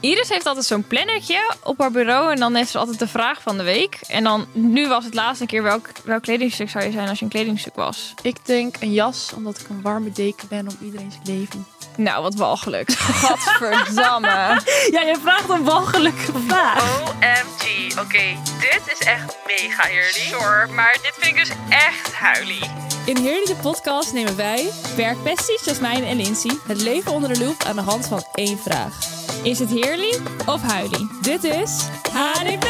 Iris heeft altijd zo'n plannertje op haar bureau. En dan heeft ze altijd de vraag van de week. En dan, nu was het laatste keer, welk, welk kledingstuk zou je zijn als je een kledingstuk was? Ik denk een jas, omdat ik een warme deken ben om iedereen's leven. Nou, wat walgelijk. Gadverdamme. Ja, je vraagt een walgelijke vraag. OMG. Oké, dit is echt mega heerlijk. Sorry, maar dit vind ik dus echt huilie. In Heerlijke Podcast nemen wij, werkpesties Jasmijn en Lindsay, het leven onder de loep aan de hand van één vraag. Is het heerlijk of huilie? Dit is HDP!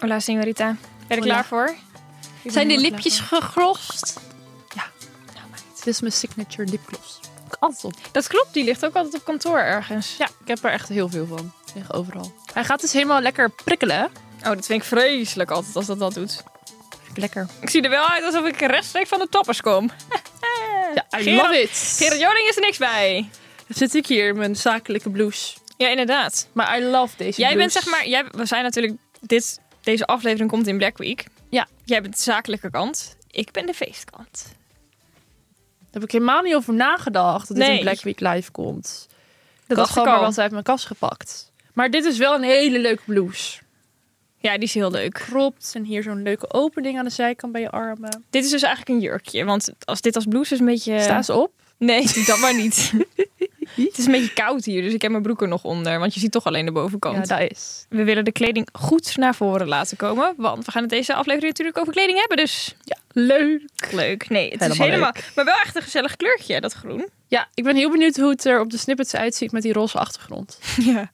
Hola, señorita. Ben je er Hola. klaar voor? Ik Zijn ben de heel erg lipjes lekker. gegrost? Ja. Nou, meid. Dit is mijn signature lipgloss. Altijd op. Dat klopt, die ligt ook altijd op kantoor ergens. Ja, ik heb er echt heel veel van. Liggen overal. Hij gaat dus helemaal lekker prikkelen. Oh, dat vind ik vreselijk altijd als dat dat doet. Lekker. Ik zie er wel uit alsof ik rechtstreeks van de toppers kom. Ja, I Gerard- love it. Gerard Joling is er niks bij. Zit ik hier in mijn zakelijke blouse. Ja, inderdaad. Maar I love deze Jij bent blouse. zeg maar, jij, we zijn natuurlijk, dit, deze aflevering komt in Black Week. Ja. Jij bent de zakelijke kant, ik ben de feestkant. Daar heb ik helemaal niet over nagedacht dat dit Nee. in Black Week live komt. Dat Dat dacht was ik gewoon maar al. wat uit mijn kast gepakt. Maar dit is wel een hele leuke blouse. Ja, die is heel leuk. Kropt en hier zo'n leuke opening aan de zijkant bij je armen. Dit is dus eigenlijk een jurkje, want als dit als blouse is een beetje... Sta ze op. Nee, doe dat maar niet. het is een beetje koud hier, dus ik heb mijn broek er nog onder, want je ziet toch alleen de bovenkant. Ja, daar is. We willen de kleding goed naar voren laten komen, want we gaan het deze aflevering natuurlijk over kleding hebben, dus... Leuk. Leuk. Nee, het is Helemaal helemaal... Maar wel echt een gezellig kleurtje, dat groen. Ja, ik ben heel benieuwd hoe het er op de snippets uitziet met die roze achtergrond. Ja.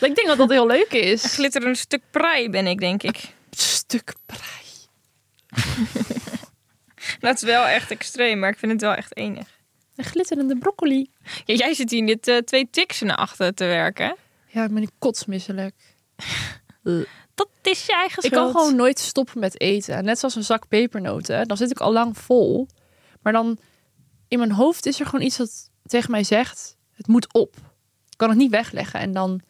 Ik denk dat dat heel leuk Een is. glitterend stuk prei ben ik, denk ik. Stuk prei. Dat is wel echt extreem, maar ik vind het wel echt enig. Een glitterende broccoli. Ja, jij zit hier net eh, twee tiksen naar achter te werken. Ja, ik ben kotsmisselijk. Dat is je eigen Ik kan gewoon nooit stoppen met eten. Net zoals een zak pepernoten. Dan zit ik al lang vol. Maar dan in mijn hoofd is er gewoon iets dat tegen mij zegt: het moet op. Ik kan het niet wegleggen en dan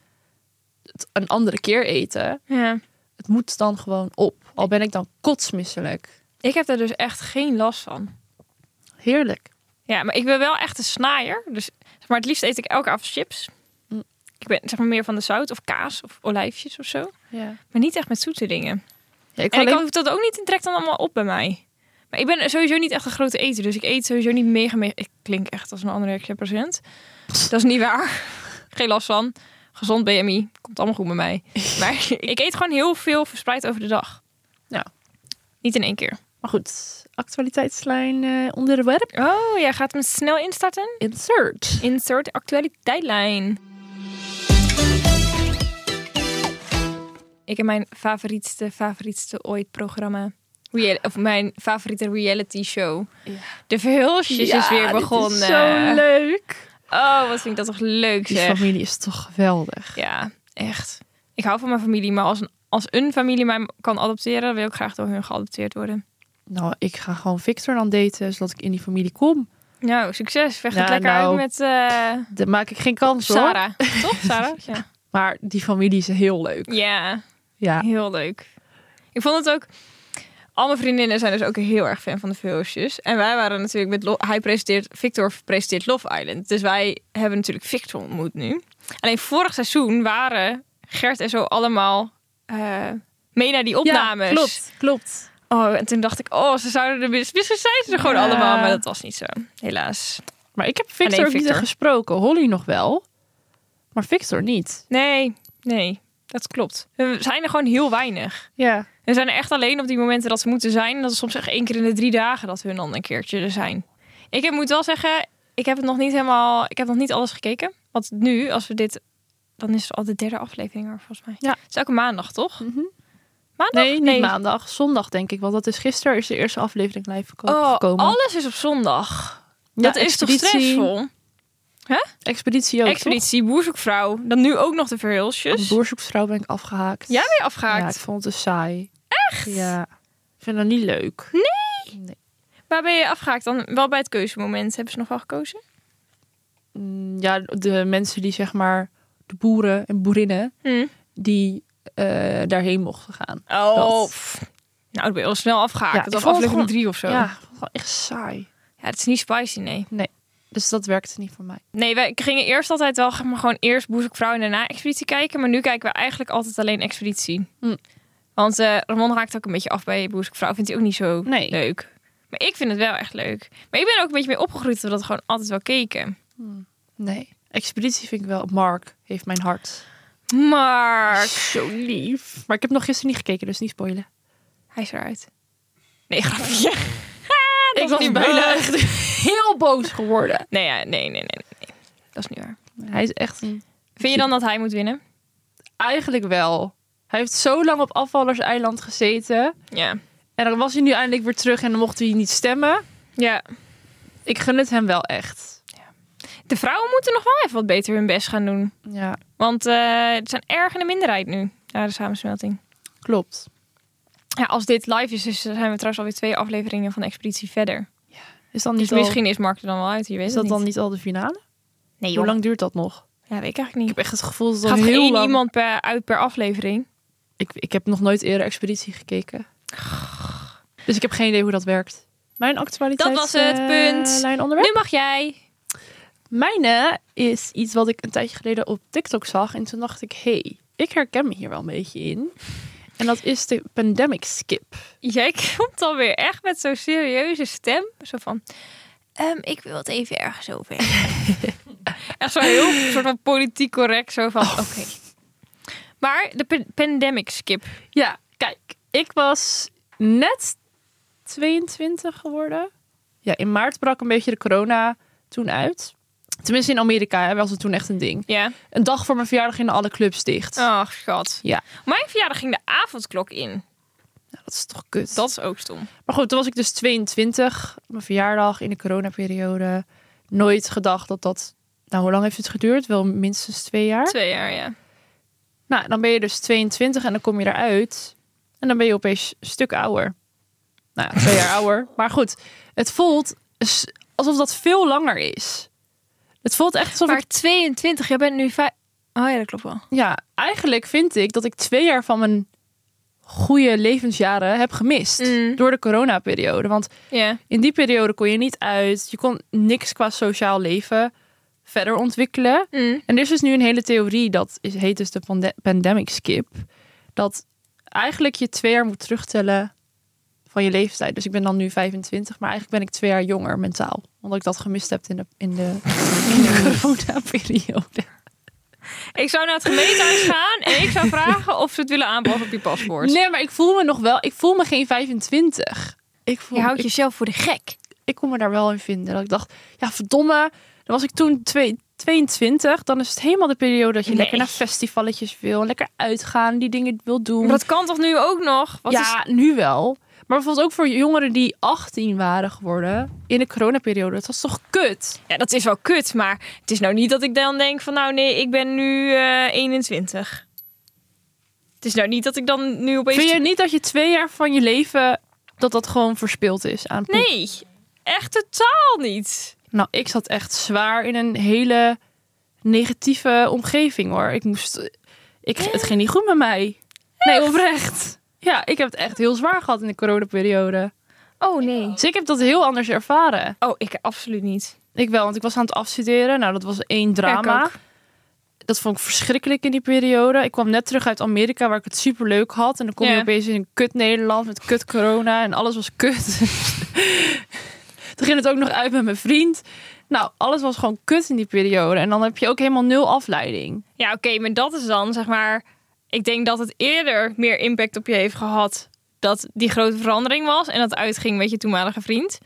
het een andere keer eten. Ja. Het moet dan gewoon op. Al ben ik dan kotsmisselijk. Ik heb daar dus echt geen last van. Heerlijk. Ja, maar ik ben wel echt een snaaier. Dus, zeg maar het liefst eet ik elke avond chips. Mm. Ik ben zeg maar meer van de zout of kaas of olijfjes of zo. Ja. Maar niet echt met zoete dingen. ik En kan ik alleen- hoef dat ook niet, het trekt dan allemaal op bij mij. Maar ik ben sowieso niet echt een grote eter. Dus ik eet sowieso niet mega, mega... Ik klink echt als een andere rechtsrepresent. Dat is niet waar. Geen last van. Gezond BMI. Komt allemaal goed bij mij. Maar ik eet gewoon heel veel verspreid over de dag. Ja. Niet in één keer. Maar goed, actualiteitslijn eh onderwerp. Oh, jij gaat hem snel instarten. Insert. Insert actualiteitlijn. Ik heb mijn favorietste, favorietste ooit programma. Real- of mijn favoriete reality show. Ja. De Verhulsjes is weer dit begonnen. zo leuk. Oh, wat vind ik dat toch leuk Die zeg. familie is toch geweldig. Ja, echt. Ik hou van mijn familie, maar als een, als een familie mij kan adopteren, dan wil ik graag door hun geadopteerd worden. Nou, ik ga gewoon Victor dan daten, zodat ik in die familie kom. Nou, succes. Vecht het Ja, lekker nou. uit met eh, Dan maak ik geen kans hoor. Sarah. Toch, Sarah? Ja. Maar die familie is heel leuk. ja, Ja. heel leuk. Ik vond het ook... Al mijn vriendinnen zijn dus ook heel erg fan van de Vulsjes. En wij waren natuurlijk met... Lo- Hij presenteert... Victor presenteert Love Island. Dus wij hebben natuurlijk Victor ontmoet nu. Alleen vorig seizoen waren Gert en zo allemaal eh, mee naar die opnames. Ja, klopt, klopt. Oh, en toen dacht ik, oh, ze zouden er mis- misschien zijn ze er gewoon Ja. allemaal, maar dat was niet zo, helaas. Maar ik heb Victor Alleen ook niet echt Ah, Victor. gesproken. Holly nog wel, maar Victor niet. Nee, nee, dat klopt. Er zijn er gewoon heel weinig. Ja. Er zijn er echt alleen op die momenten dat ze moeten zijn. Dat is soms echt één keer in de drie dagen dat hun dan een keertje er zijn. Ik heb, moet wel zeggen, ik heb het nog niet helemaal, ik heb nog niet alles gekeken. Want nu, als we dit, dan is het al de derde aflevering er volgens mij. Ja. Het is elke maandag, toch? Mhm. Maandag? Nee, niet maandag. Zondag denk ik. Want dat is gisteren is de eerste aflevering live geko- Oh, gekomen. alles is op zondag. Ja, dat is toch Expeditie- stressvol? Expeditie ook, Expeditie, boerzoekvrouw. Dan nu ook nog de toch? Als verhulsjes. boerzoeksvrouw ben ik afgehaakt. Jij bent Ja, afgehaakt. ik vond het dus saai. Echt? Ja. Ik vind dat niet leuk. Waar ben je afgehaakt dan? Wel bij het keuzemoment. Hebben ze nog wel gekozen? Mm, Ja, de mensen die zeg maar, de Hm. boeren en boerinnen, die eh, daarheen mochten gaan. Oh, Dat. pff. Nou, ik ben al snel afgehaakt. Ja, dat ik was vond het aflevering drie of zo. Ja, gewoon echt saai. Ja, het is niet spicy, nee. Dus dat werkte niet voor mij. Nee, wij gingen eerst altijd wel zeg maar, gewoon eerst Boezekvrouw en daarna Expeditie kijken. Maar nu kijken we eigenlijk altijd alleen Expeditie. Hm. Want eh Ramon raakt ook een beetje af bij Boezekvrouw. Vindt hij ook niet zo Nee. leuk. Maar ik vind het wel echt leuk. Maar ik ben er ook een beetje mee opgegroeid dat we dat gewoon altijd wel keken. Nee. Expeditie vind ik wel. Mark heeft mijn hart. Maar Zo lief. Maar ik heb nog gisteren niet gekeken, dus niet spoilen. hij is eruit. Nee, grapje. ik was niet bijna bij. echt heel boos geworden. Nee, ja, nee, nee, nee, nee, nee. Dat is niet waar. Hij is echt een... Vind je dan dat hij moet winnen? Eigenlijk wel. Hij heeft zo lang op afvallerseiland gezeten. Ja. En dan was hij nu eindelijk weer terug en dan mocht hij niet stemmen. Ja. Ik gun het hem wel echt. De vrouwen moeten nog wel even wat beter hun best gaan doen. Ja, Want eh het zijn erg in de minderheid nu. Na de samensmelting. klopt. Ja, als dit live is, is- zijn we trouwens alweer twee afleveringen van de expeditie verder. Is, dan Dus niet al- misschien is Mark er dan wel uit. Je weet is het dat dan niet al de finale? Nee, Hoe lang duurt dat nog? Ja, weet ik eigenlijk Ik niet. heb echt het gevoel dat het Gaat al er heel één lang... iemand per, uit per aflevering? Ik, ik heb nog nooit eerder Expeditie gekeken. Dus ik heb geen idee hoe dat werkt. Mijn actualiteit... Dat was het, eh, punt. lijn onderwerp. Nu mag jij. Mijne is iets wat ik een tijdje geleden op TikTok zag. En toen dacht ik, hé, hey, ik herken me hier wel een beetje in. En dat is de pandemic skip. Jij komt dan weer echt met zo'n serieuze stem. Zo van, ehm, ik wil het even ergens over hebben. echt zo heel soort van politiek correct. Zo van, oké. Maar de pa- pandemic skip. Ja, kijk. Ik was net 22 geworden. Ja, in maart brak een beetje de corona toen uit. Tenminste in Amerika hè, was het toen echt een ding. Ja. Een dag voor mijn verjaardag gingen alle clubs dicht. Ach, schat. Ja. Mijn verjaardag ging de avondklok in. Nou, dat is toch kut. Dat is ook stom. Maar goed, toen was ik dus 22, mijn verjaardag in de coronaperiode. Nooit gedacht dat dat. Nou, hoe lang heeft het geduurd? Wel minstens twee jaar. Twee jaar, ja. Nou, dan ben je dus 22 en dan kom je eruit. En dan ben je opeens een stuk ouder. Nou, ja, twee jaar ouder. Maar goed, het voelt s- alsof dat veel langer is. Het voelt echt alsof Maar ik... 22, jij bent nu vijf... Oh ja, dat klopt wel. Ja, eigenlijk vind ik dat ik twee jaar van mijn goede levensjaren heb gemist. Mm. Door de coronaperiode. Want Ja. In die periode kon je niet uit. Je kon niks qua sociaal leven verder ontwikkelen. Mm. En er is dus nu een hele theorie, dat is, heet dus de pande- pandemic skip. Dat eigenlijk je twee jaar moet terugtellen van je leeftijd. Dus ik ben dan nu 25, maar eigenlijk ben ik twee jaar jonger mentaal. Omdat ik dat gemist heb in de, in de, in de coronaperiode. Ik zou naar het gemeentehuis gaan en ik zou vragen of ze het willen aanpassen op je paspoort. Nee, maar ik voel me nog wel... Ik voel me geen 25. Ik voel, Je houdt ik- jezelf voor de gek. ik kon me daar wel in vinden. Dat ik dacht, ja, verdomme. Dan was ik toen twee- 22. Dan is het helemaal de periode dat je Nee. lekker naar festivalletjes wil. Lekker uitgaan, die dingen wil doen. Maar dat kan toch nu ook nog? Wat is... ja, nu wel. Maar bijvoorbeeld ook voor jongeren die 18 waren geworden in de coronaperiode. Dat was toch kut? ja, dat is wel kut, maar het is nou niet dat ik dan denk van... nou nee, ik ben nu eh, 21. Het is nou niet dat ik dan nu opeens... Vind je niet dat je twee jaar van je leven, dat dat gewoon verspild is aan poep? Nee, echt totaal niet. Nou, ik zat echt zwaar in een hele negatieve omgeving hoor. Ik moest. Ik, het ging niet goed met mij. Nee, oprecht. Ja, ik heb het echt heel zwaar gehad in de coronaperiode. Oh nee. Dus ik heb dat heel anders ervaren. Oh, ik absoluut niet. Ik wel, want ik was aan het afstuderen. Nou, dat was één Ik drama. ook. Dat vond ik verschrikkelijk in die periode. Ik kwam net terug uit Amerika, waar ik het super leuk had. En dan kom Ja. je opeens in een kut Nederland met kut corona en alles was kut. Toen ging het ook nog uit met mijn vriend. Nou, alles was gewoon kut in die periode. En dan heb je ook helemaal nul afleiding. Ja, oké, maar dat is dan zeg maar. Ik denk dat het eerder meer impact op je heeft gehad. Dat die grote verandering was en dat uitging met je toenmalige vriend.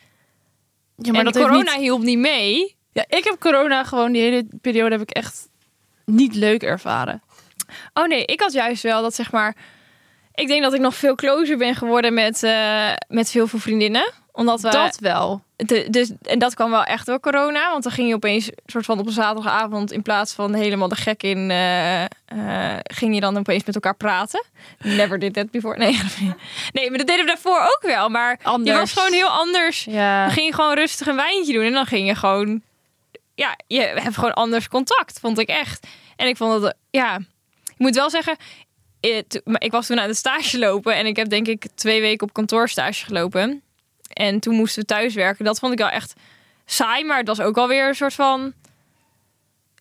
Ja, en heeft corona niet- hielp niet mee. Ja, ik heb corona gewoon die hele periode heb ik echt niet leuk ervaren. Oh nee, ik had juist wel dat zeg maar. Ik denk dat ik nog veel closer ben geworden met, eh, met veel veel vriendinnen. Omdat we. Dat wel. de- dus, en dat kwam wel echt door corona. Want dan ging je opeens soort van op een zaterdagavond. in plaats van helemaal de gek in. eh, eh, ging je dan opeens met elkaar praten. Never did that before. Nee, nee maar dat deden we daarvoor ook wel. Maar Anders. je was gewoon heel anders. Ja. Dan ging je gewoon rustig een wijntje doen. En dan ging je gewoon... Ja, je hebt gewoon anders contact, vond ik echt. En ik vond dat... Ja, ik moet wel zeggen... eh, to- maar ik was toen aan het stage lopen en ik heb denk ik twee weken op kantoorstage gelopen. En toen moesten we thuis werken. Dat vond ik wel echt saai, maar dat was ook alweer een soort van...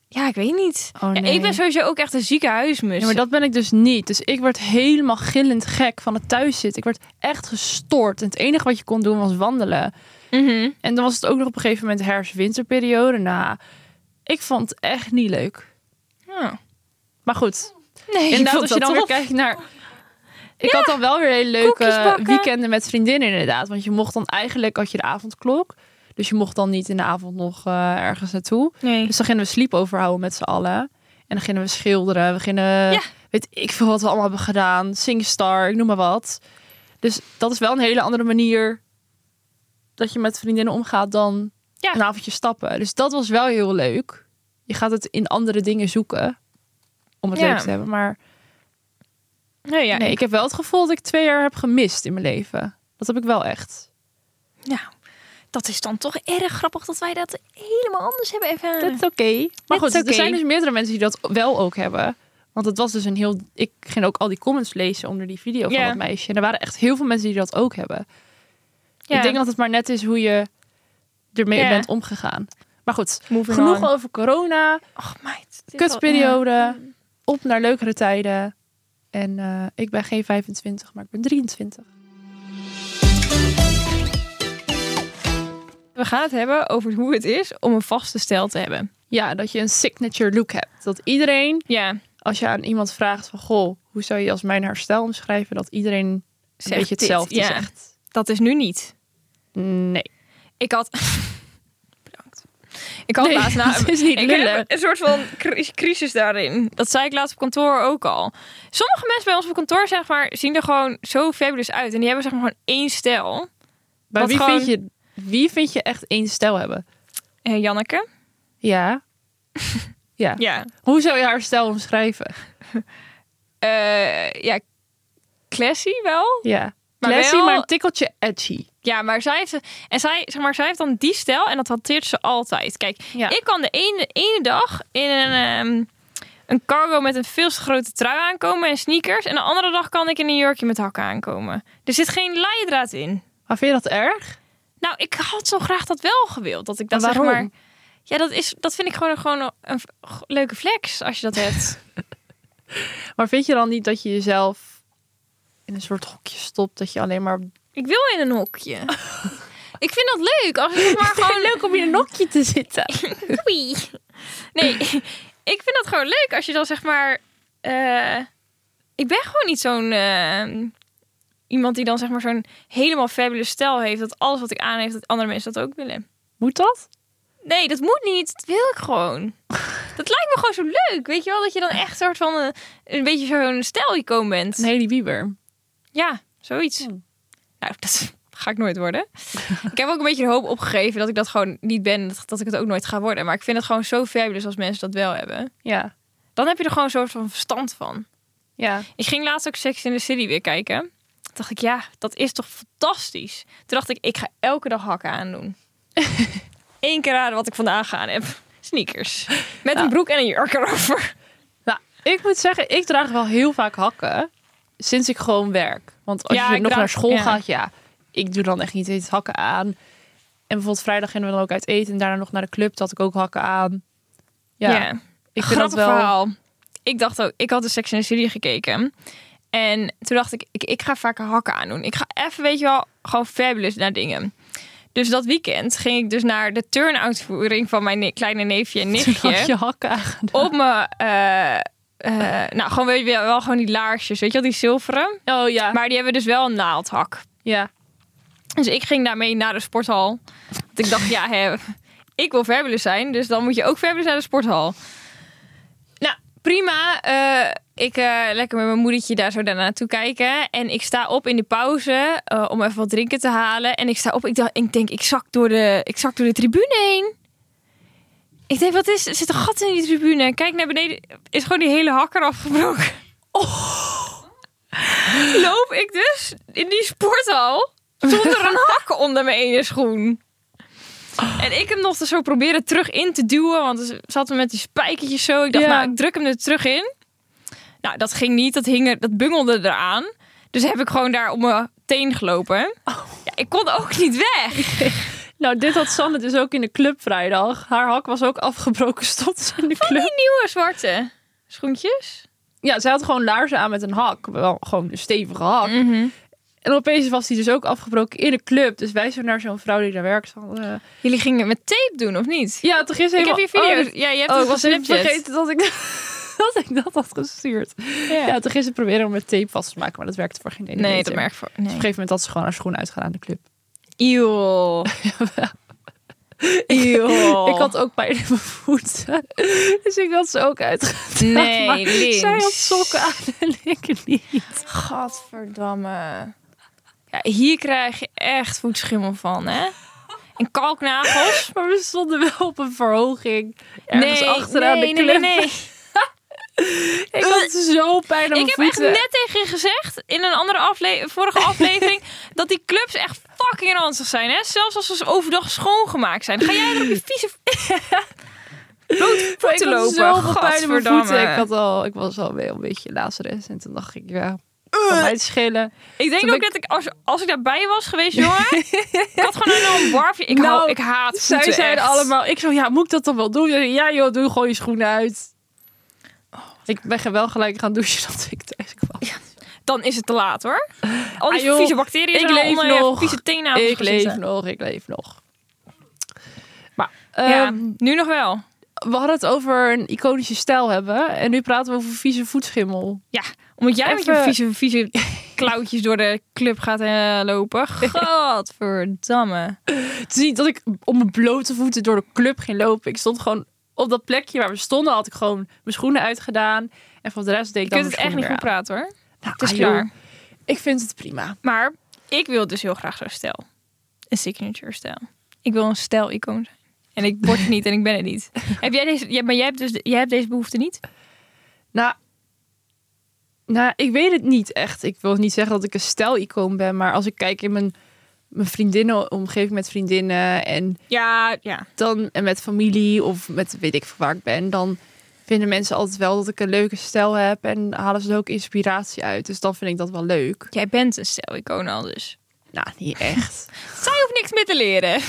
Ja, ik weet niet. Oh, Ja, nee. ik ben sowieso ook echt een ziekenhuismus. Ja, maar dat ben ik dus niet. Dus ik werd helemaal gillend gek van het thuiszitten. Ik werd echt gestoord. En het enige wat je kon doen was wandelen. Mhm. En dan was het ook nog op een gegeven moment herfst-winterperiode. Nou, ik vond het echt niet leuk. Ja. Maar goed, Nee, ik inderdaad, vond als je Ah. dat dan weer tof. kijkt naar... Ik had dan wel weer hele koekjes leuke bakken. weekenden met vriendinnen inderdaad. Want je mocht dan eigenlijk, had je de avondklok. Dus je mocht dan niet in de avond nog eh, ergens naartoe. Nee. Dus dan gingen we sleepover houden met z'n allen. En dan gingen we schilderen. We gingen, Ja. weet ik veel wat we allemaal hebben gedaan. Singstar, ik noem maar wat. Dus dat is wel een hele andere manier dat je met vriendinnen omgaat dan Ja. een avondje stappen. Dus dat was wel heel leuk. Je gaat het in andere dingen zoeken om het Ja. leuk te hebben. Maar Nee, ja, nee, ik- ik heb wel het gevoel dat ik twee jaar heb gemist in mijn leven. Dat heb ik wel echt. Nou, dat is dan toch erg grappig dat wij dat helemaal anders hebben ervaren. Dat is oké. Dat Maar goed, is oké. er zijn dus meerdere mensen die dat wel ook hebben. Want het was dus een heel... Ik ging ook al die comments lezen onder die video van Ja. dat meisje. En er waren echt heel veel mensen die dat ook hebben. Ja. Ik denk dat het maar net is hoe je ermee Ja. bent omgegaan. Maar goed, Moving genoeg on. over corona. Ach, Oh, meid. dit is al- Kutperiode. Op naar leukere tijden. En eh, ik ben geen 25, maar ik ben 23. Ja. We gaan het hebben over hoe het is om een vaste stijl te hebben. Ja, dat je een signature look hebt. Dat iedereen, Ja, als je aan iemand vraagt van... Goh, hoe zou je als mijn herstel omschrijven? Dat iedereen een Zegt beetje dit, hetzelfde ja. zegt. dat is nu niet. Nee. Ik had... Bedankt. Ik Oh, had laatst... na- dat is niet ik lullen. heb een soort van cri- crisis daarin. Dat zei ik laatst op kantoor ook al. Sommige mensen bij ons op kantoor zeg maar, zien er gewoon zo fabulous uit. En die hebben zeg maar gewoon één stijl. Maar wat wie, gewoon- vind je, wie vind je echt één stijl hebben? Eh, Janneke? Ja. ja. Ja. Hoe zou je haar stijl omschrijven? Eh, ja, classy wel. Ja. Maar Classy, wel- maar een tikkeltje edgy. Ja, maar zij heeft, en zij, zeg maar, zij heeft dan die stijl en dat hanteert ze altijd. Kijk, Ja. ik kan de ene, ene dag in een, ehm, een cargo met een veel te grote trui aankomen en sneakers. En de andere dag kan ik in een jurkje met hakken aankomen. Er zit geen leidraad in. Maar vind je dat erg? Nou, ik had zo graag dat wel gewild. Dat ik dat Maar zeg maar. waarom? Ja, dat, is, dat vind ik gewoon, een- gewoon een, een g- leuke flex als je dat hebt. Maar vind je dan niet dat je jezelf in een soort hokje stopt? Dat je alleen maar... ik wil in een hokje. ik vind dat leuk. Als ik zeg maar gewoon leuk om in een hokje te zitten. Oei. Nee, ik vind dat gewoon leuk als je dan zeg maar. eh, ik ben gewoon niet zo'n. eh, iemand die dan zeg maar zo'n helemaal fabulous stijl heeft. Dat alles wat ik aan heeft, dat andere mensen dat ook willen. Moet dat? Nee, dat moet niet. Dat wil ik gewoon. Dat lijkt me gewoon zo leuk. Weet je wel dat je dan echt soort van. eh, een beetje zo'n stijlicoon bent. Een hele bieber. Ja, zoiets. Nou, dat ga ik nooit worden. ik heb ook een beetje de hoop opgegeven dat ik dat gewoon niet ben. Dat, dat ik het ook nooit ga worden. Maar ik vind het gewoon zo fabulous als mensen dat wel hebben. Ja. Dan heb je er gewoon een soort van verstand van. Ja. Ik ging laatst ook Sex in the City weer kijken. Toen dacht ik, ja, dat is toch fantastisch. Toen dacht ik, ik ga elke dag hakken aandoen. Eén keer raden wat ik vandaag aan heb. Sneakers. Met Nou. een broek en een jurk erover. Nou, ik moet zeggen, ik draag wel heel vaak hakken. Sinds ik gewoon werk. Want als Ja, je ik nog draag- naar school ja. gaat, ja, ik doe dan echt niet eens hakken aan. En bijvoorbeeld vrijdag gingen we dan ook uit eten. En daarna nog naar de club, dat had ik ook hakken aan. Ja, ik vind dat Grappig wel. verhaal. Ik dacht ook, ik had de Sex in the City gekeken. En toen dacht ik, ik, ik ga vaker hakken aandoen. Ik ga even, weet je wel, gewoon fabulous naar dingen. Dus dat weekend ging ik dus naar de turn-uitvoering van mijn ne- kleine neefje en Toen had je nichtje. hakken aan. Op mijn, eh, eh, nou gewoon weet je wel, wel gewoon die laarsjes, weet je wel, die zilveren. Oh ja. Maar die hebben dus wel een naaldhak. ja. Dus ik ging daarmee naar de sporthal. Want ik dacht, ja, hè, ik wil fabulous zijn, dus dan moet je ook fabulous naar de sporthal. Nou, prima. Eh, ik eh, lekker met mijn moedertje daar zo daar naartoe kijken. En ik sta op in de pauze eh, om even wat drinken te halen. En ik sta op, ik, dacht, ik denk, ik zak, door de, ik zak door de tribune heen. Ik denk, wat is, er zit een gat in die tribune. Kijk naar beneden, is gewoon die hele hakker afgebroken. Loop ik dus in die sporthal zonder een hak onder mijn ene schoen. En ik hem nog zo proberen terug in te duwen, want er zaten we met die spijkertjes zo. Ik dacht, Ja. nou, ik druk hem er terug in. Nou, dat ging niet. Dat, hing er, dat bungelde eraan. Dus heb ik gewoon daar op mijn teen gelopen. Ja, ik kon ook niet weg. Nou, dit had Sanne dus ook in de club vrijdag. Haar hak was ook afgebroken, stond ze in de Die club. nieuwe zwarte schoentjes. Ja, zij had gewoon laarzen aan met een hak. Wel gewoon een stevige hak. Mhm. En opeens was die dus ook afgebroken in de club. Dus wij zo naar zo'n vrouw die daar werkt. Van, eh, Jullie gingen met tape doen, of niet? ja, toch is ik heb helemaal... je video's. Oh, ja, je hebt oh, het ik was even gesnapchat. vergeten dat ik, dat ik dat had gestuurd. Ja. Ja, toch is ze proberen om met tape vast te maken. Maar dat werkte voor geen ene Nee, meter. dat merk ik voor. Dus op Nee. een gegeven moment had ze gewoon haar schoen uitgaan aan de club. Eeuw. Eeuw. Ik had ook pijn in mijn voeten. Dus ik had ze ook uitgedaan. Nee, maar links. Zij had sokken aan en ik niet. Gadverdamme. Ja, hier krijg je echt voetschimmel van, hè? En kalknagels. Maar we stonden wel op een verhoging. Ergens achteraan nee, de nee, club. nee, nee. Ik had zo pijn aan mijn Ik heb echt voeten. net tegen je gezegd in een andere afle vorige aflevering dat die clubs echt fucking ranzig zijn, hè? Zelfs als ze overdag schoongemaakt zijn. Ga jij er op je vieze Maar ik voeten had lopen? zoveel pijn in mijn voeten. Gadverdamme. Ik, had al, ik was al wel een beetje lazeres. En toen dacht ik, ja, kan mij het schelen. Ik denk Toen ook ben dat ik als, als ik daarbij was geweest, jongen, ik had gewoon helemaal een barfje. Ik, hou, Nou, ik haat voeten Zij zeiden echt. allemaal, ik zo, ja, moet ik dat dan wel doen? Zij zeiden, Ja joh, doe gewoon je schoenen uit. Oh, Ik ben wel gelijk gaan douchen dat ik thuis kwam. Dan is het te laat, hoor. Al die Ah, joh, vieze bacteriën ik zijn al leef onder je nog. vieze tenen ik leef nog, ik leef nog. Maar Ja, ehm, nu nog wel. we hadden het over een iconische stijl hebben. En nu praten we over vieze voetschimmel. Ja, omdat jij met je Even- vieze, vieze klauwtjes door de club gaat eh, lopen. Godverdamme. Het is niet dat ik op mijn blote voeten door de club ging lopen. Ik stond gewoon op dat plekje waar we stonden. Had ik gewoon mijn schoenen uitgedaan. En van de rest Je deed ik dan kunt het mijn echt niet goed schoenen praten, hoor. weer aan. Het is Ah, joh, klaar. Ik vind het prima. Maar ik wil dus heel graag zo'n stijl. Een signature stijl. Ik wil een stijl-icoon zijn. En ik word het niet en ik ben het niet. Heb jij deze, ja, maar jij hebt, dus, de- jij hebt deze behoefte niet? Nou, nou, ik weet het niet echt. Ik wil niet zeggen dat ik een stijl-icoon ben. Maar als ik kijk in mijn, mijn vriendinnenomgeving met vriendinnen... en Ja, ja. dan en met familie of met weet ik veel waar ik ben, dan vinden mensen altijd wel dat ik een leuke stijl heb en halen ze er ook inspiratie uit. Dus dan vind ik dat wel leuk. Jij bent een stijl-icoon al dus. Nou, niet echt. Zij hoeft niks meer te leren.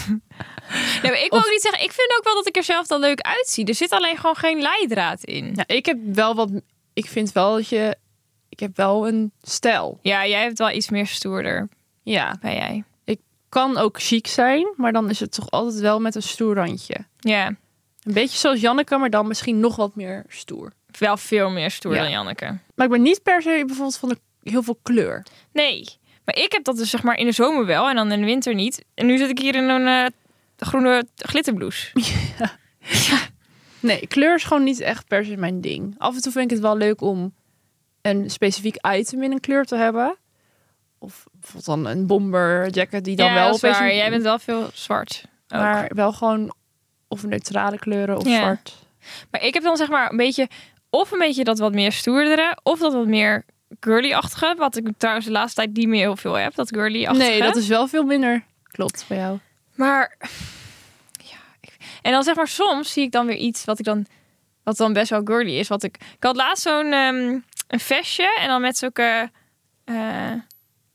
Nee, maar ik wil Of- ook niet zeggen... Ik vind ook wel dat ik er zelf dan leuk uitzie. Er zit alleen gewoon geen leidraad in. nou, ik heb wel wat. Ik vind wel dat je. Ik heb wel een stijl. Ja, jij hebt wel iets meer stoerder Ja, bij jij. kan ook chic zijn, maar dan is het toch altijd wel met een stoer randje. Ja, Een beetje zoals Janneke, maar dan misschien nog wat meer stoer. wel veel meer stoer Ja. dan Janneke. Maar ik ben niet per se bijvoorbeeld van de, heel veel kleur. Nee, maar ik heb dat dus zeg maar in de zomer wel en dan in de winter niet. En nu zit ik hier in een eh, groene glitterblouse. Nee, kleur is gewoon niet echt per se mijn ding. Af en toe vind ik het wel leuk om een specifiek item in een kleur te hebben. Of bijvoorbeeld dan een bomber jacket die dan ja, wel dat is opeens... waar. een- Jij bent wel veel zwart. ook. Maar wel gewoon of neutrale kleuren of Ja. zwart. Maar ik heb dan zeg maar een beetje, of een beetje dat wat meer stoerdere, of dat wat meer girly-achtige. Wat ik trouwens de laatste tijd niet meer heel veel heb, dat girly-achtige. Nee, dat is wel veel minder. Klopt, bij jou. Maar ja, ik- en dan zeg maar soms zie ik dan weer iets wat ik dan wat dan best wel girly is. Wat ik ik had laatst zo'n ehm, een vestje en dan met zulke eh,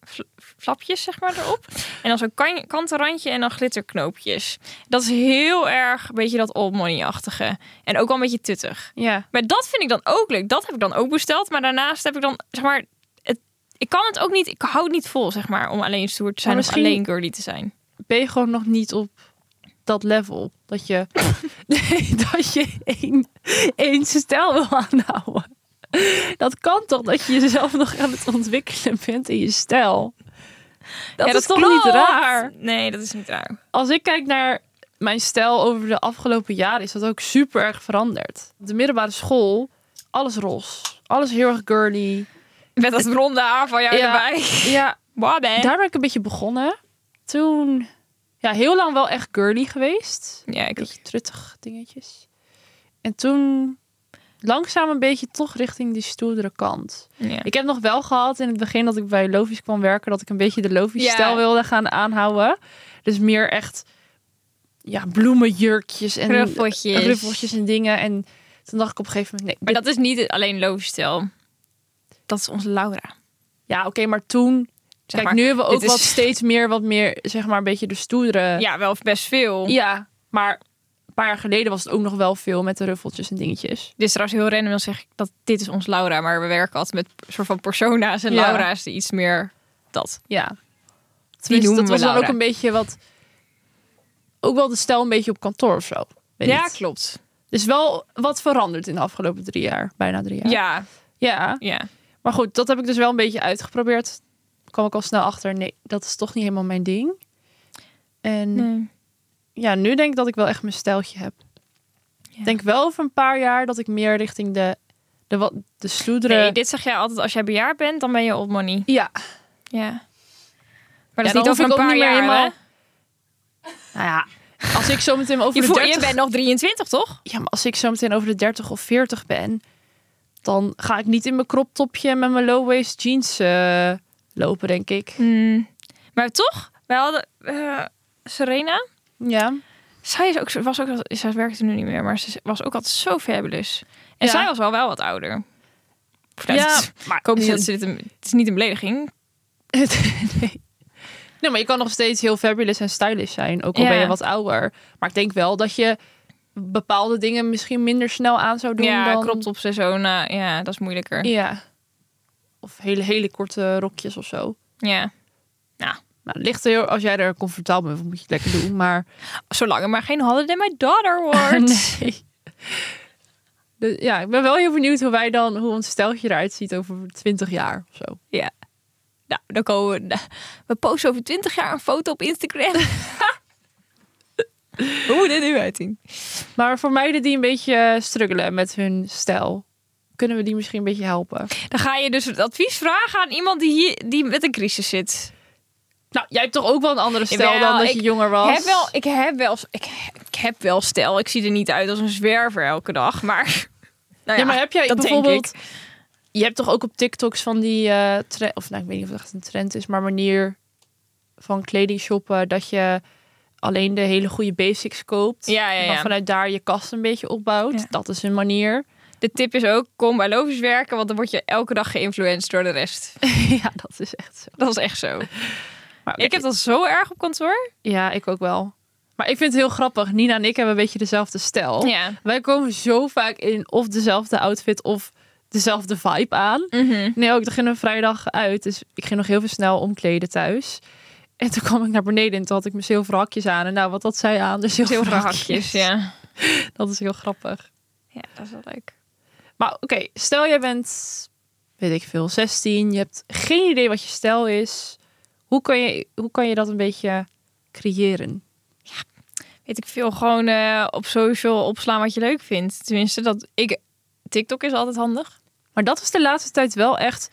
fl- flapjes zeg maar erop en dan zo'n kan, kantenrandje en dan glitterknoopjes. Dat is heel erg een beetje dat old money achtige en ook wel een beetje tuttig. Ja. Maar dat vind ik dan ook leuk. Dat heb ik dan ook besteld, maar daarnaast heb ik dan zeg maar het, ik kan het ook niet. Ik hou het niet vol zeg maar om alleen stoer te zijn of misschien- alleen girly te zijn. Ben je gewoon nog niet op dat level? Dat je, nee, dat je één, één stijl wil aanhouden. Dat kan toch, dat je jezelf nog aan het ontwikkelen bent in je stijl? Dat Ja, is toch niet klopt. raar? Nee, dat is niet raar. Als ik kijk naar mijn stijl over de afgelopen jaren, is dat ook super erg veranderd. Op de middelbare school, alles ros. Alles heel erg girly. Met dat ronde haar van jou Ja. erbij. Ja, Wabbe. daar ben ik een beetje begonnen. Toen, ja, heel lang wel echt girly geweest. Ja, ik Een beetje truttig dingetjes. En toen langzaam een beetje toch richting die stoerdere kant. ja. Ik heb nog wel gehad in het begin dat ik bij Lovies kwam werken... dat ik een beetje de Ja. Lovies-stijl wilde gaan aanhouden. Dus meer echt ja, bloemenjurkjes en Ruffeltjes. ruffeltjes en dingen. En toen dacht ik op een gegeven moment... Nee, Maar dit- dat is niet alleen loofstijl. Dat is onze Laura. Ja, oké, maar toen... Zeg kijk, maar, nu hebben we ook dit is- wat steeds meer, wat meer, zeg maar, een beetje de stoerdere... Eh. Ja, wel best veel. Ja, maar een paar jaar geleden was het ook nog wel veel met de ruffeltjes en dingetjes. Dit is trouwens heel random. Dan zeg ik dat dit is ons Laura. Maar we werken altijd met soort van persona's. En Ja. Laura's die iets meer dat. Ja. Die Tenminste, noemen Dus dat we nou was dan Laura. ook een beetje wat... Ook wel de stijl een beetje op kantoor of zo. Weet ja, niet. klopt. Dus wel wat veranderd in de afgelopen drie jaar. Bijna drie jaar. Ja, ja. ja. Maar goed, dat heb ik dus wel een beetje uitgeprobeerd. Kwam ik al snel achter. Nee, dat is toch niet helemaal mijn ding. En ja, nu denk ik dat ik wel echt mijn stijltje heb. Ik denk wel over een paar jaar dat ik meer richting de, de, wat, de stoedere... Nee, dit zeg jij altijd als jij bejaard bent, dan ben je old money. Ja, Ja. Maar dat Ja, is dan niet hoef over ik een ook paar niet meer jaar, helemaal- hè? nou ja, als ik zo meteen over Je, de voelt- 30... je bent nog 23, toch? Ja, maar als ik zo meteen over de 30 of 40 ben... dan ga ik niet in mijn crop topje en met mijn low-waist jeans eh, lopen, denk ik. Hmm. Maar toch, wij hadden eh, Serena. Ja. Zij is ook, zo- was ook, al- zij werkte nu niet meer, maar ze was ook altijd zo fabulous. En Ja. zij was al wel wat ouder. Ja, maar ik hoop niet dat ze dit... een- het is niet een belediging. nee. nee, maar je kan nog steeds heel fabulous en stylish zijn, ook al Ja. ben je wat ouder. Maar ik denk wel dat je bepaalde dingen misschien minder snel aan zou doen ja, dan... klopt op zijn zoon. nou, ja, dat is moeilijker. Ja. Ja. Of hele, hele korte rokjes of zo. Nou, het ligt er heel... Als jij er comfortabel mee bent, moet je het lekker doen, maar... Zolang het maar geen Holiday My Daughter wordt. nee. Dus ja, ik ben wel heel benieuwd hoe wij dan, hoe ons steltje eruit ziet over 20 jaar of zo. Nou, dan komen we... We posten over 20 jaar een foto op Instagram. Hoe moet dit nu uitzien? Maar voor meiden die een beetje eh, struggelen met hun stijl, kunnen we die misschien een beetje helpen? Dan ga je dus het advies vragen aan iemand die, hier, die met een crisis zit. Nou, jij hebt toch ook wel een andere stijl Jawel, dan dat ik je jonger was? Ik heb wel, ik heb wel, ik, ik heb wel stijl. Ik zie er niet uit als een zwerver elke dag, maar... Nou ja, maar heb jij dat denk bijvoorbeeld... Je hebt toch ook op TikToks van die eh trend... Of nou, ik weet niet of het echt een trend is, maar manier van kleding shoppen... dat je alleen de hele goede basics koopt. Ja, ja, En dan ja. vanuit daar je kast een beetje opbouwt. Ja. Dat is een manier. De tip is ook, kom bij Lovis werken, want dan word je elke dag geïnfluenced door de rest. ja, dat is echt zo. Dat is echt zo. Maar oké. Ik heb dat zo erg op kantoor. Ja, ik ook wel. Maar ik vind het heel grappig. Nina en ik hebben een beetje dezelfde stijl. Ja. Wij komen zo vaak in of dezelfde outfit of dezelfde vibe aan. Mhm. Nee, ook. Ik ging een vrijdag uit. Dus ik ging nog heel veel snel omkleden thuis. En toen kwam ik naar beneden en toen had ik mijn zilveren hakjes aan. En nou, wat had zij aan? De zilveren, Zilveren hakjes. hakjes, ja. Dat is heel grappig. Ja, dat is wel leuk. Maar oké, stel jij bent, weet ik veel, 16. Je hebt geen idee wat je stijl is. Hoe kan je, hoe kan je dat een beetje creëren? weet ik veel, gewoon eh, op social opslaan wat je leuk vindt. Tenminste, dat ik. TikTok is altijd handig. Maar dat is de laatste tijd wel echt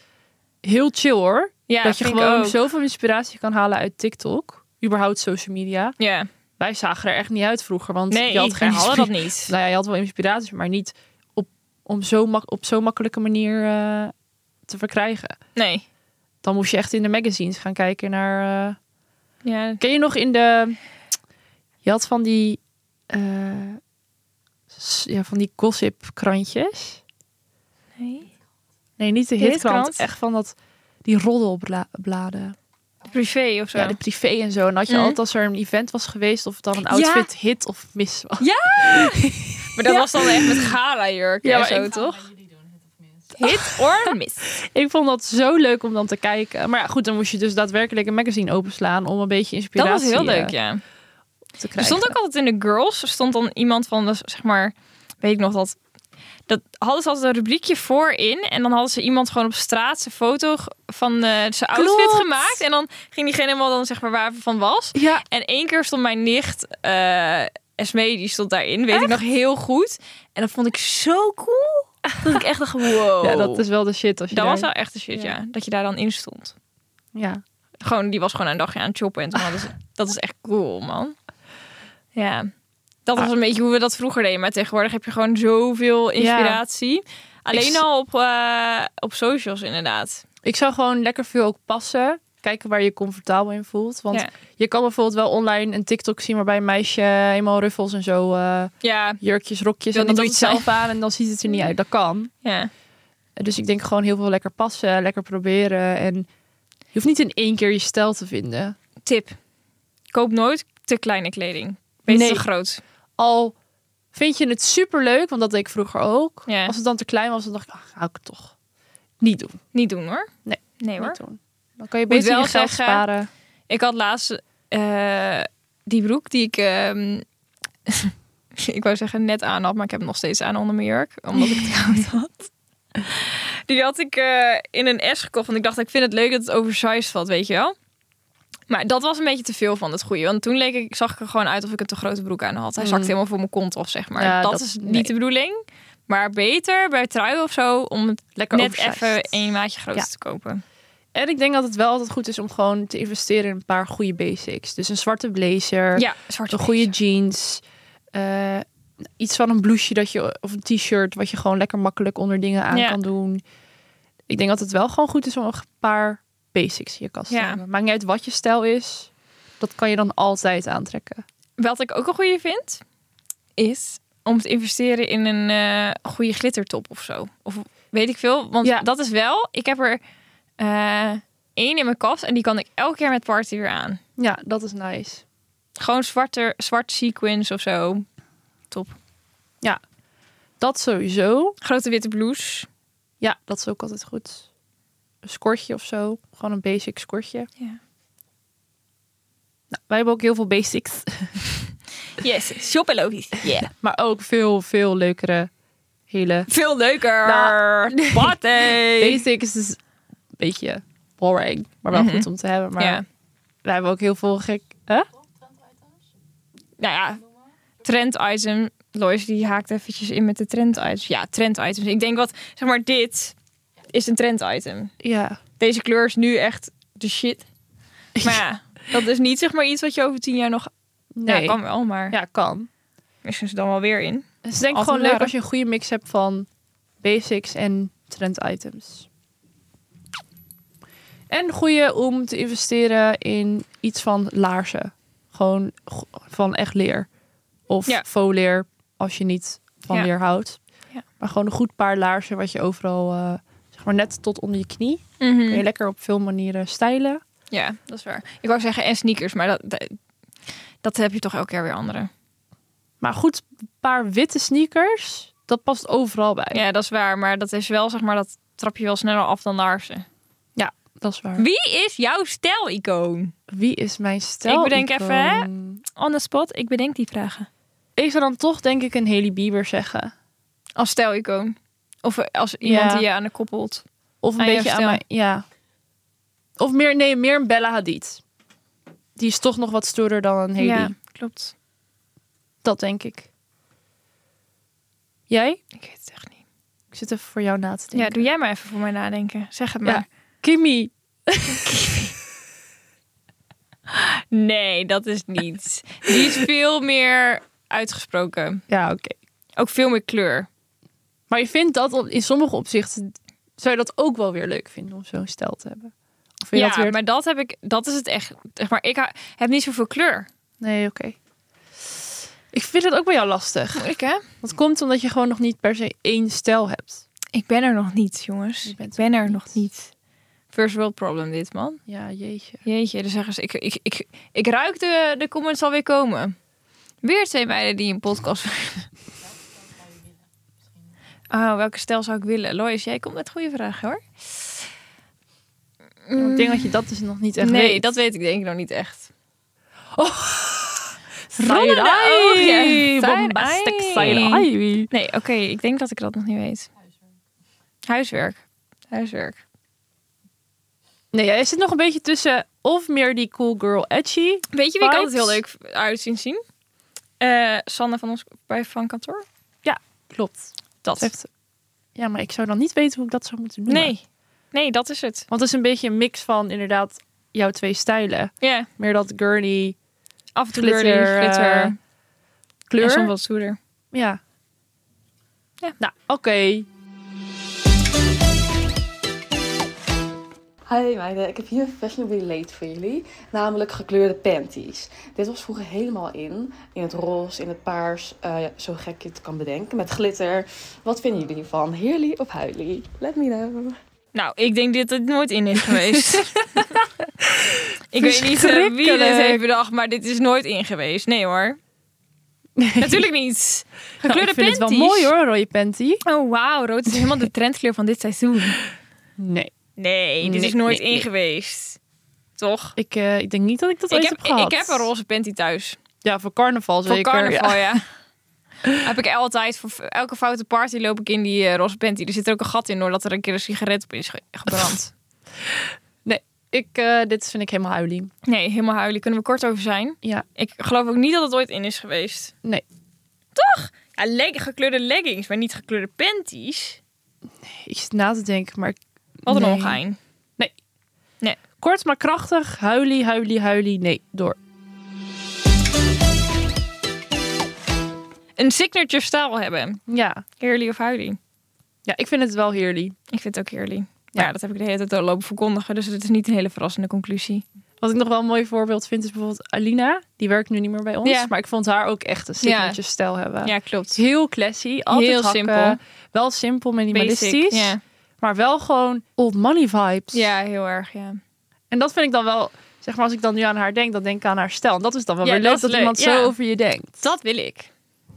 heel chill hoor. Ja, dat je vind ik gewoon ook. zoveel inspiratie kan halen uit TikTok. Überhaupt social media. Ja, Wij zagen er echt niet uit vroeger. Want nee, je had geen hadden inspiratie. dat niet. Nou ja, je had wel inspiratie, maar niet op, om zo mak op zo'n makkelijke manier eh, te verkrijgen. Nee. Dan moest je echt in de magazines gaan kijken naar. eh, Ja, Ken je nog in de. Je had van die. eh, s- ja, van die gossip krantjes. nee. Nee, niet de De hitkrant. Hitkrant? Echt van dat. Die roddelbladen. Privé of zo. Ja, Mm. de privé en zo. En had je Mhm. altijd als er een event was geweest. of dan een outfit hit of mis was. maar dat was dan echt met gala jurken Ja, en maar zo, ik- toch? Hit or miss. Ik vond dat zo leuk om dan te kijken. Maar ja, goed, dan moest je dus daadwerkelijk een magazine openslaan om een beetje Dat inspiratie was heel eh, leuk, ja. te krijgen. Er stond ook altijd in de girls, er stond dan iemand van, dus zeg maar, weet ik nog dat. Dat hadden ze altijd een rubriekje voorin. En dan hadden ze iemand gewoon op straat zijn foto g- van eh, zijn outfit Klopt. gemaakt. En dan ging diegene helemaal dan zeg maar waar het van was. Ja, En één keer stond mijn nicht eh Esme, die stond daarin. Weet ik nog heel goed. En dat vond ik zo cool. Dat ik echt dacht, wow. ja, dat is wel de shit als je dat daar- was wel echt een shit, ja. Dat je daar dan in stond. Ja. Gewoon, die was gewoon een dagje aan het choppen. En toen hadden ze, dat is echt cool, man. Ja. Ah. Dat was een beetje hoe we dat vroeger deden. Maar tegenwoordig heb je gewoon zoveel inspiratie. Alleen Ik s- al op, eh, op socials, inderdaad. Ik zou gewoon lekker veel ook passen. Kijken waar je je comfortabel in voelt. Want Ja. je kan bijvoorbeeld wel online een TikTok zien waarbij een meisje helemaal ruffels en zo, eh, Ja, jurkjes, rokjes. Wil en niet dan doe je dat het het Mm. zelf aan en dan ziet het er niet uit. Dat kan. ja. Eh, Dus ik denk gewoon heel veel lekker passen, lekker proberen. En je hoeft niet in één keer je stijl te vinden. Tip. Koop nooit te kleine kleding. Wees Nee. te groot. Al vind je het superleuk, want dat deed ik vroeger ook. Ja. Als het dan te klein was, dan dacht ik, ah, hou ik het toch. Niet doen. Niet doen hoor. Nee. Nee hoor. Niet doen. Dan kan je Moet beter wel je geld zeggen- sparen. Ik had laatst eh, die broek die ik... ehm, ik wou zeggen net aan had, maar ik heb hem nog steeds aan onder mijn jurk. Omdat ik het koud had. Die had ik eh, in een S gekocht. Want ik dacht, ik vind het leuk dat het oversized valt, weet je wel. Maar dat was een beetje te veel van het goede. Want toen leek ik, zag ik er gewoon uit of ik een te grote broek aan had. Hij Mm. zakte helemaal voor mijn kont of zeg maar. Ja, dat, dat- is nee. niet de bedoeling. Maar beter bij trui of zo om het Lekker net oversized. even één maatje groter Ja. te kopen. En ik denk dat het wel altijd goed is om gewoon te investeren in een paar goede basics. Dus een zwarte blazer, Ja, zwarte een goede blazer. jeans, eh, iets van een blouseje dat je, of een t-shirt wat je gewoon lekker makkelijk onder dingen aan Ja. kan doen. Ik denk dat het wel gewoon goed is om een paar basics in je kast Ja. te hebben. Maakt niet uit wat je stijl is, dat kan je dan altijd aantrekken. Wat ik ook een goede vind, is om te investeren in een eh, goede glittertop of zo. Of weet ik veel. Want Ja. dat is wel, ik heb er eh, één in mijn kast en die kan ik elke keer met party weer aan. Ja, dat is nice. Gewoon zwarte, zwart sequins of zo. Dat sowieso. Grote witte blouse. Ja, dat is ook altijd goed. Een skortje of zo. Gewoon een basic skortje. Ja. Nou, wij hebben ook heel veel basics. Yes, shoppen logisch. Yeah. Maar ook veel, veel leukere hele Veel leuker. Nou. Party. basics. Is dus een beetje boring, maar wel Mhm. goed om te hebben. Maar Ja. wij hebben ook heel veel gek... Huh? Nou ja, trend item. Lois die haakt eventjes in met de trend items. Ja, trend items. Ik denk wat, zeg maar, dit is een trend item. Ja. deze kleur is nu echt de shit. Maar ja, dat is niet zeg maar iets wat je over tien jaar nog... Nee. Ja, kan wel, maar Ja, kan. misschien is het dan wel weer in. Het is denk ik Altijd gewoon leuk waren. als je een goede mix hebt van basics en trend items. En goede om te investeren in iets van laarzen. Gewoon go- van echt leer. Of Ja. faux leer, als je niet van Ja. leer houdt. Ja. Maar gewoon een goed paar laarzen wat je overal, eh, zeg maar net tot onder je knie. Kun Mm. je lekker op veel manieren stijlen. Mhm. Ja, dat is waar. Ik wou zeggen en sneakers, maar dat, dat, dat heb je toch elke keer weer andere. Maar goed, een paar witte sneakers, dat past overal bij. Ja, dat is waar, maar dat is wel zeg maar dat trap je wel sneller af dan Larsen. Dat is waar. Wie is jouw stijlicoon? Wie is mijn stijl? Ik bedenk even, hè? On the spot, ik bedenk die vragen. Ik zou dan toch denk ik een Haley Bieber zeggen. Als stijlicoon. Of eh, als iemand Ja. die je aan de koppelt. Of een Aan jouw beetje aan stijl. mijn... Ja. Of meer, nee, meer een Bella Hadid. Die is toch nog wat stoerder dan een Haley. Ja, klopt. Dat denk ik. Jij? Ik weet het echt niet. Ik zit even voor jou na te denken. Ja, doe jij maar even voor mij nadenken. Zeg het maar. Ja. Kimmy. Nee, dat is niet. Die is veel meer uitgesproken. Ja, oké. Ook veel meer kleur. Maar je vindt dat op- in sommige opzichten... Zou je dat ook wel weer leuk vinden om zo'n stijl te hebben? Of vind je Ja, dat weer... maar dat heb ik. Dat is het echt. Zeg maar, ik ha- heb niet zoveel kleur. Nee, oké. Ik vind het ook bij jou lastig. Ik hè? Dat komt omdat je gewoon nog niet per se één stijl hebt. Ik ben er nog niet, jongens. Je bent Ik ben er niet. nog niet. First world problem dit man. Ja, jeetje. Jeetje, dan zeggen ze. Ik, ik, ik, ik ruik de, de comments alweer komen. Weer twee meiden die een podcast. Oh, welke stijl zou ik willen? Lois, jij komt met goede vragen hoor. Ja, Ik denk dat je dat dus nog niet echt nee, weet. dat weet ik denk ik nog niet echt. ogen. Side-eye, Bombastic Side-eye. side-eye. Nee, oké, ik denk dat ik dat nog niet weet. Huiswerk. Huiswerk. Nee, jij zit nog een beetje tussen of meer die cool girl edgy. Weet je wie ik altijd heel Vibes? leuk uitzien zien? Eh Sanne van ons bij van kantoor. Klopt. Dat. Ja, maar ik zou dan niet weten hoe ik dat zou moeten noemen. nee. Nee, dat is het. Want het is een beetje een mix van inderdaad jouw twee stijlen. Ja, Meer dat gurney af en toe Glitter, glitter, eh, glitter. kleur. En soms wat zoeter. Ja. Ja. Nou, oké. Hi meiden, ik heb hier een fashionably late voor jullie. Namelijk gekleurde panties. Dit was vroeger helemaal in. In het roze, in het paars. eh, ja, zo gek je het kan bedenken. Met glitter. Wat vinden jullie hiervan? Heerly of huilie? Let me know. Nou, ik denk dat het nooit in is geweest. ik weet niet eh, wie dit heeft Verschrikkelijk. bedacht, maar dit is nooit in geweest. Nee hoor. Natuurlijk niet. Gekleurde Nou, ik vind het wel panties. mooi hoor, een rode panty. Oh wauw, rood is helemaal de trendkleur van dit seizoen. Nee, Nee, dit Nee, is nooit nee, nee. in geweest. Toch? ik, eh, ik denk niet dat ik dat Ik ooit heb, heb, gehad. ik heb een roze panty thuis. Ja, voor carnaval Voor zeker. carnaval, Ja. ja. heb ik altijd, voor elke foute party loop ik in die eh, roze panty. Er zit er ook een gat in doordat er een keer een sigaret op is ge- gebrand. Ik, eh, dit vind ik helemaal huilie. Nee, helemaal huilen. Kunnen we kort over zijn? Ja. Ik geloof ook niet dat het ooit in is geweest. Nee. Ja, leg- gekleurde leggings, maar niet gekleurde panties. Ik zit na te denken, maar... ik- Wat een nee. ongein. Kort maar krachtig. Huilie, huilie, huilie. Nee, door. Een signature style hebben. Ja. Heerly of huilie. Ja, ik vind het wel heerlijk. Ik vind het ook heerly. Ja. Ja. dat heb ik de hele tijd al lopen verkondigen. Dus het is niet een hele verrassende conclusie. Wat ik nog wel een mooi voorbeeld vind is bijvoorbeeld Alina. Die werkt nu niet meer bij ons. Ja. Maar ik vond haar ook echt een signature stijl hebben. Ja, klopt. Heel classy. Altijd Heel hakken. simpel. Wel simpel, minimalistisch. Basic. Ja. Maar wel gewoon old money vibes. ja, heel erg. Ja. En dat vind ik dan wel... Zeg maar, als ik dan nu aan haar denk, dan denk ik aan haar stijl. En dat is dan wel Ja, weer dat leuk is dat leuk, iemand ja. zo over je denkt. Dat wil ik.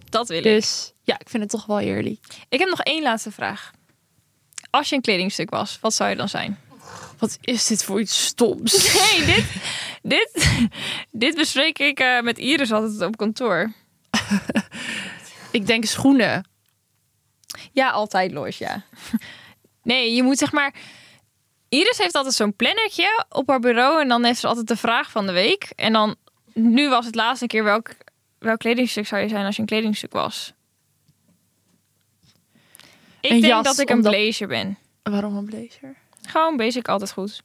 Dat wil ik. Dus ja, ik vind het toch wel heerlijk. Ik heb nog één laatste vraag. Als je een kledingstuk was, wat zou je dan zijn? Wat is dit voor iets stoms? Nee, dit, dit, dit bespreek ik eh, met Iris altijd op kantoor. ik denk schoenen. Ja, altijd Lois, ja. Nee, je moet zeg maar... Iris heeft altijd zo'n plannertje op haar bureau en dan heeft ze altijd de vraag van de week. En dan, nu was het laatste keer welk, welk kledingstuk zou je zijn als je een kledingstuk was? Ik Een denk jas, dat ik een omdat- blazer ben. Waarom een blazer? Gewoon basic, altijd goed.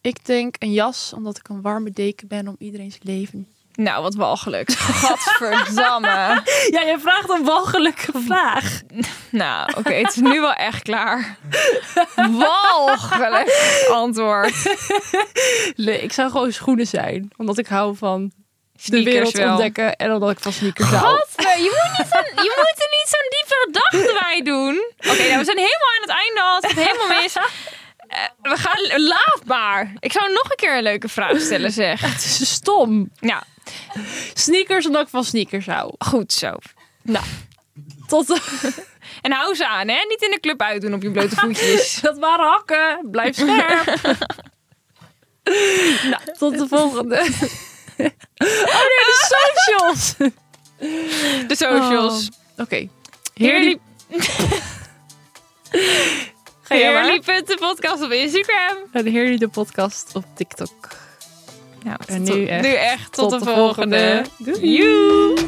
Ik denk een jas, omdat ik een warme deken ben om iedereen's leven. Nou, wat walgelijk. Gadverdamme. Ja, jij vraagt een walgelijke vraag. Nou, oké, het is nu wel echt klaar. Walgelijk antwoord. Nee, ik zou gewoon schoenen zijn. Omdat ik hou van de Sneakers wereld wel. ontdekken en omdat ik van sneakers hou. Wat? Je moet, niet zo'n- je moet er niet zo'n diepe gedachte bij doen. Oké, nou, we zijn helemaal aan het einde al. Het gaat helemaal mis. Eh, we gaan laafbaar. Ik zou nog een keer een leuke vraag stellen, zeg. Het is stom. Nou, Sneakers, omdat ik van sneakers hou. goed zo. Nou, Tot En hou ze aan, hè? Niet in de club uitdoen op je blote voetjes. dat waren hakken. Blijf scherp. nou, tot de volgende. oh nee, de socials. De socials. Oh, Oké. Heerly, Ga jij maar. heerly. de podcast op Instagram. En Heerly de podcast op TikTok. Nou, En tot- nu echt. nu echt tot, de, volgende. Doei. Joe.